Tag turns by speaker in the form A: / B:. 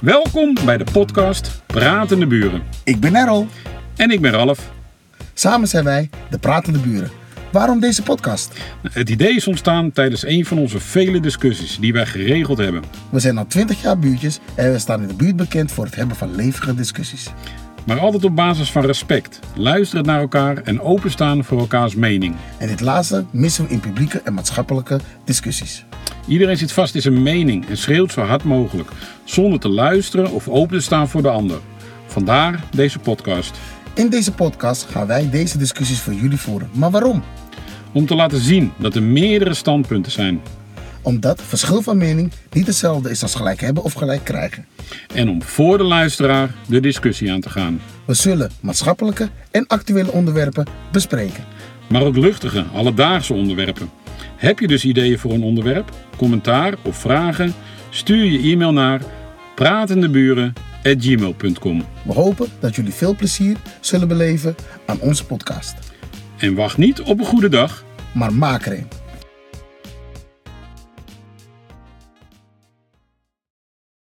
A: Welkom bij de podcast Pratende Buren.
B: Ik ben Errol.
A: En ik ben Ralf.
B: Samen zijn wij de Pratende Buren. Waarom deze podcast?
A: Het idee is ontstaan tijdens een van onze vele discussies die wij geregeld hebben.
B: We zijn al 20 jaar buurtjes en we staan in de buurt bekend voor het hebben van levige discussies.
A: Maar altijd op basis van respect, luisteren naar elkaar en openstaan voor elkaars mening.
B: En dit laatste missen we in publieke en maatschappelijke discussies.
A: Iedereen zit vast in zijn mening en schreeuwt zo hard mogelijk, zonder te luisteren of open te staan voor de ander. Vandaar deze podcast.
B: In deze podcast gaan wij deze discussies voor jullie voeren. Maar waarom?
A: Om te laten zien dat er meerdere standpunten zijn.
B: Omdat verschil van mening niet hetzelfde is als gelijk hebben of gelijk krijgen.
A: En om voor de luisteraar de discussie aan te gaan.
B: We zullen maatschappelijke en actuele onderwerpen bespreken.
A: Maar ook luchtige, alledaagse onderwerpen. Heb je dus ideeën voor een onderwerp, commentaar of vragen? Stuur je e-mail naar pratendeburen.gmail.com
B: We hopen dat jullie veel plezier zullen beleven aan onze podcast.
A: En wacht niet op een goede dag,
B: Maar maak er een.